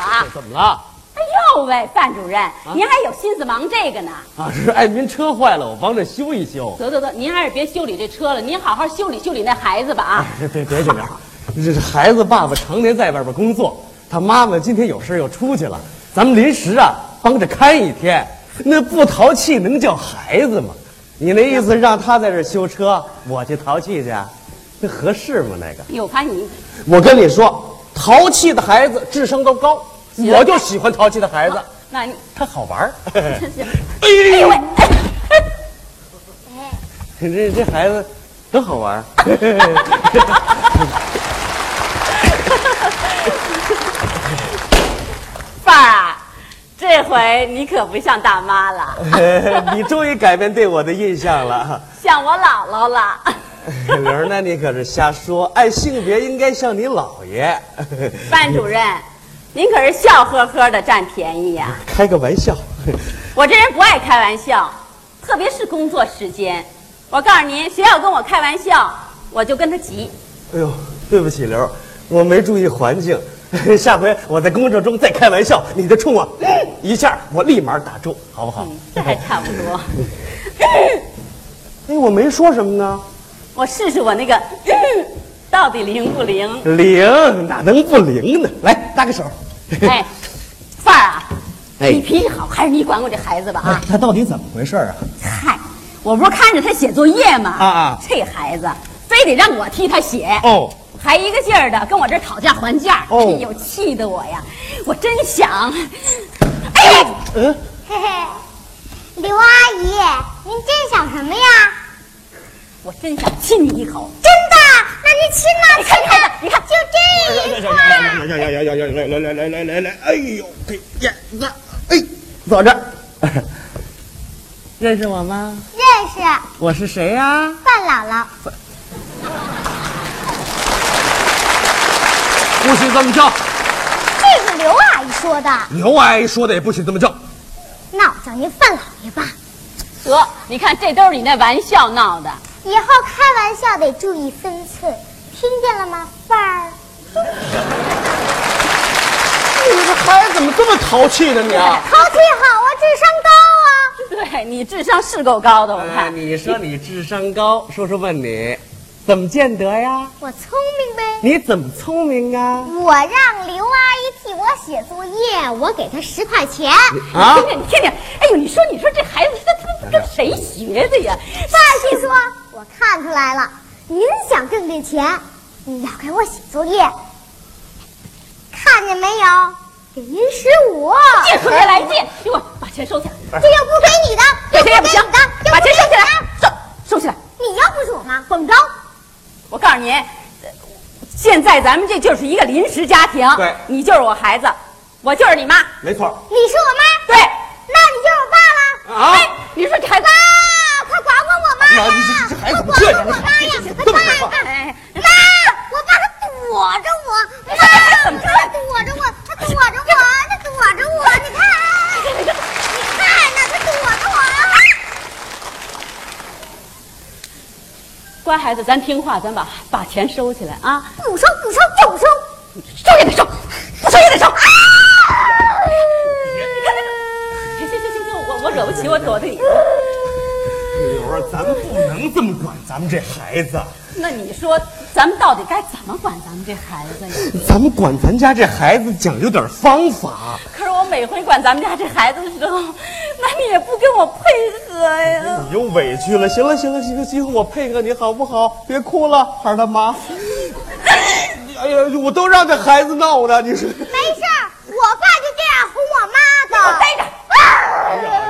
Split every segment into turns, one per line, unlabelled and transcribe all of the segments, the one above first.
啊！
怎么了？
哎呦喂，范主任，您还有心思忙这个呢？
啊，是爱民车坏了，我帮着修一修。
得得得，您还是别修理这车了，您好好修理修理那孩子吧啊！
别别别这样，这孩子爸爸常年在外边工作，他妈妈今天有事又出去了，咱们临时啊帮着看一天，那不淘气能叫孩子吗？你那意思让他在这儿修车，我去淘气去啊，那合适吗？那个，
哟，看你
我跟你说，淘气的孩子智商都高，我就喜欢淘气的孩子，
那你
他好玩儿。
真是，
哎
哎呦
呦
喂，，
这这孩子多好玩儿！
范儿啊，这回你可不像大妈了，
你终于改变对我的印象了。
像我姥姥了。
玲儿，那你可是瞎说，按性别应该像你姥爷。
班主任，您可是笑呵呵的占便宜呀、
开个玩笑，
我这人不爱开玩笑，特别是工作时间。我告诉您，谁要跟我开玩笑，我就跟他急。
哎呦，对不起，玲儿，我没注意环境。下回我在工作中再开玩笑，你就冲我、嗯一下，我立马打中，好不好？
这还差不多。
哎，我没说什么呢。
我试试我那个、 到底灵不 灵？
灵哪能不灵呢？来搭个手。
哎，范儿啊，
哎
你脾气好，还是你管我这孩子吧啊！
他到底怎么回事啊？
嗨，我不是看着他写作业吗？
啊啊
这孩子非得让我替他写。
哦，
还一个劲儿的跟我这儿讨价还价，
哦
哎呦，气得我呀！我真想，哎呀，
嗯，
嘿嘿，刘阿姨，您真想什么呀？
我真想亲你一口！
真的？那您亲呐、
你
亲
看
呐、
看，你看，
就这一块儿。
来来来来来来来来来来来，哎呦，这眼子，哎，坐这儿。认识我吗？
认识
我是谁啊呀、
范姥姥，
不许这么叫！
这是刘阿姨说的。
刘阿姨说的也不许这么叫。
那我叫您范老爷吧。
得，你看这都是你那玩笑闹的。
以后开玩笑得注意分寸，听见了吗，范儿？
你这孩子怎么这么淘气呢？你啊！
淘气好啊，智商高啊。
对你智商是够高的，我看。
哎你说你智商高，叔叔问你，怎么见得呀？
我聪明呗。
你怎么聪明啊？
我让刘阿姨替我写作业，我给她十块钱。
啊
你听听，你听听，哎呦，你说，你说这孩子他他他跟谁学的呀？
范儿就说：“我看出来了，您想挣这钱，你要给我写作业，看见没有？给您十五，
借出来来借，给我把钱收起来，
这要不给你的，
给
要
哎谁也不行
给你的，，要
把
不给
钱收起来
你的，
收收起来。
你要不是我妈，怎么着？
我告诉你，呃现在咱们这就是一个临时家庭，
对
你就是我孩子，我就是你妈，
没错。
你是我妈，
对。
那你就是我爸
啊
了。
哎，你说这孩子，
爸，快管管我妈
哎呀
呀
你这这！孩
快
子
管
怎么
管
这
我
样呢这么害
妈呀！快爸
怕
哎，
妈，我爸他躲着我，妈，他
怎么着
躲着我，他躲着我，他躲着我，你看，你看呐，他躲着我。
乖孩子，咱听话，咱把把钱收起来啊，
不收，不收，就不收。
收也得收，不收也得收。啊！你看那个行行行行，我我惹不起，我躲着你。
刘儿，咱们不能这么管咱们这孩子，
那你说，咱们到底该怎么管咱们这孩子呀？
咱们管咱家这孩子讲究点方法。
可是我每回管咱们家这孩子的时候，那你也不跟我配合呀。
你又委屈了，行了行了行了行了，我配合你好不好？别哭了，孩儿他妈。哎呀，我都让这孩子闹的，你说。
没事儿，我爸就这样哄我妈的。
待着。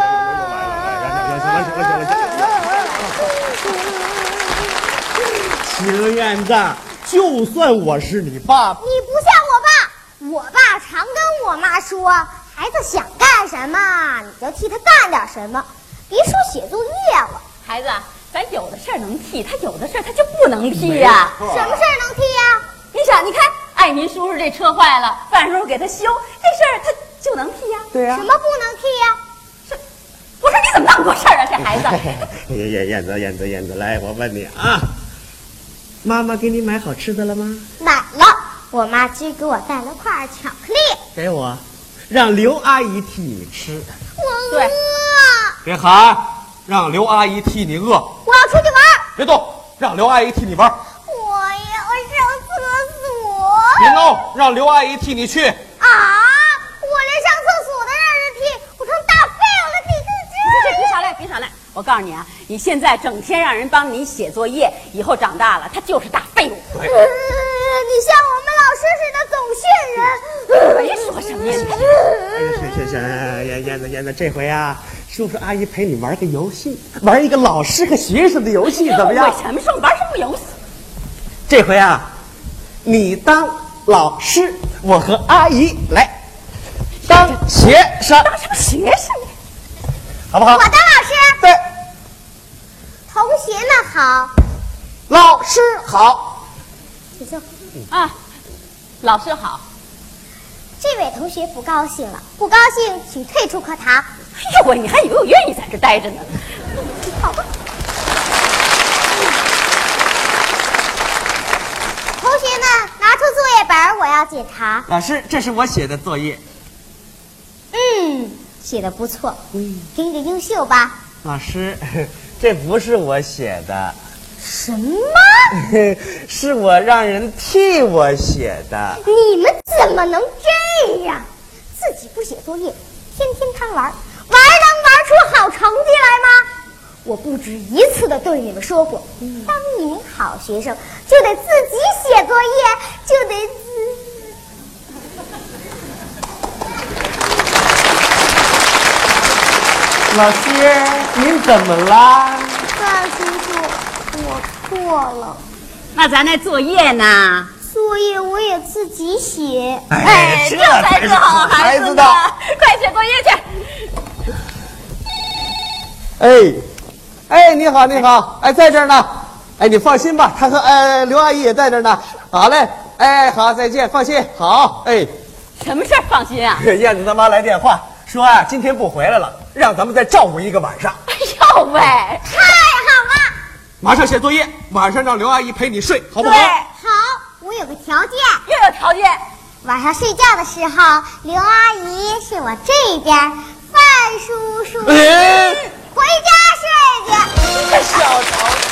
行院长，就算我是你爸，
你不像我爸，我爸常跟我妈说，孩子想干什么你就替他干点什么，别说写作业了，
孩子啊，咱有的事儿能替，他有的事儿他就不能替呀、
什么事儿能替呀、
你想，你看，爱民叔叔这车坏了，范叔叔给他修，这事儿他就能替呀、
对呀
什么不能替呀、
我说你怎么那么多事儿啊，这孩子？
燕燕燕子燕子燕子，来，我问你啊，妈妈给你买好吃的了吗？
买了，我妈只给我带了块巧克力，
给我，让刘阿姨替你吃。
我饿，
对
别喊，让刘阿姨替你饿。
我要出去玩儿，
别动，让刘阿姨替你玩。
我要
别
上厕所
闹，让刘阿姨替你去。
啊！我连上厕所都让人替，我成大废物了，你
别
这
别耍赖，别耍赖！我告诉你啊，你现在整天让人帮你写作业，以后长大了他就是大废物。
这样，呃你像我们老师似的总训人。呃
别说什哎么呀你
行行行，燕燕子燕子，这回啊，叔叔阿姨陪你玩个游戏，玩一个老师和学生的游戏，怎么样
我？什么时候玩什么游戏？
这回啊，你当老师，我和阿姨来当学生，
当什么学生呀？
好不好
我？当老师，
对，
同学们好。
老师好。
你说
啊，老师好。
这位同学不高兴了，不高兴请退出课堂。
哎呦喂，你还以为我愿意在这待着呢？
好吧。同学们，拿出作业本儿，我要检查。
老师，这是我写的作业。
嗯，写的不错，
嗯
给你个优秀吧。
老师， 这不是我写的，
什么？
嗯
是我让人替我写的。
你们怎么能这样？自己不写作业，天天贪玩儿，玩儿能玩出好成绩来吗？我不止一次的对你们说过，当一名好学生就得自己写作业，就得自。
老师，您怎么啦？
范叔叔，我错了，
那咱那作业呢？
作业我也自己写。
哎这才是好孩子呢！快写作业去。
哎，哎，你好，你好，哎，在这儿呢。哎，你放心吧，他和呃刘阿姨也在这儿呢。好嘞，哎，好，再见，放心。好，哎，
什么事儿？放心啊！
燕子他妈来电话说啊，今天不回来了，让咱们再照顾一个晚上。
哎呦喂，
太好
马上写作业，晚上让刘阿姨陪你睡，好不好？
对
了！好，我有个条件，
又有条件。
晚上睡觉的时候，刘阿姨睡我这边，范叔叔
哎
回家睡去。
小头。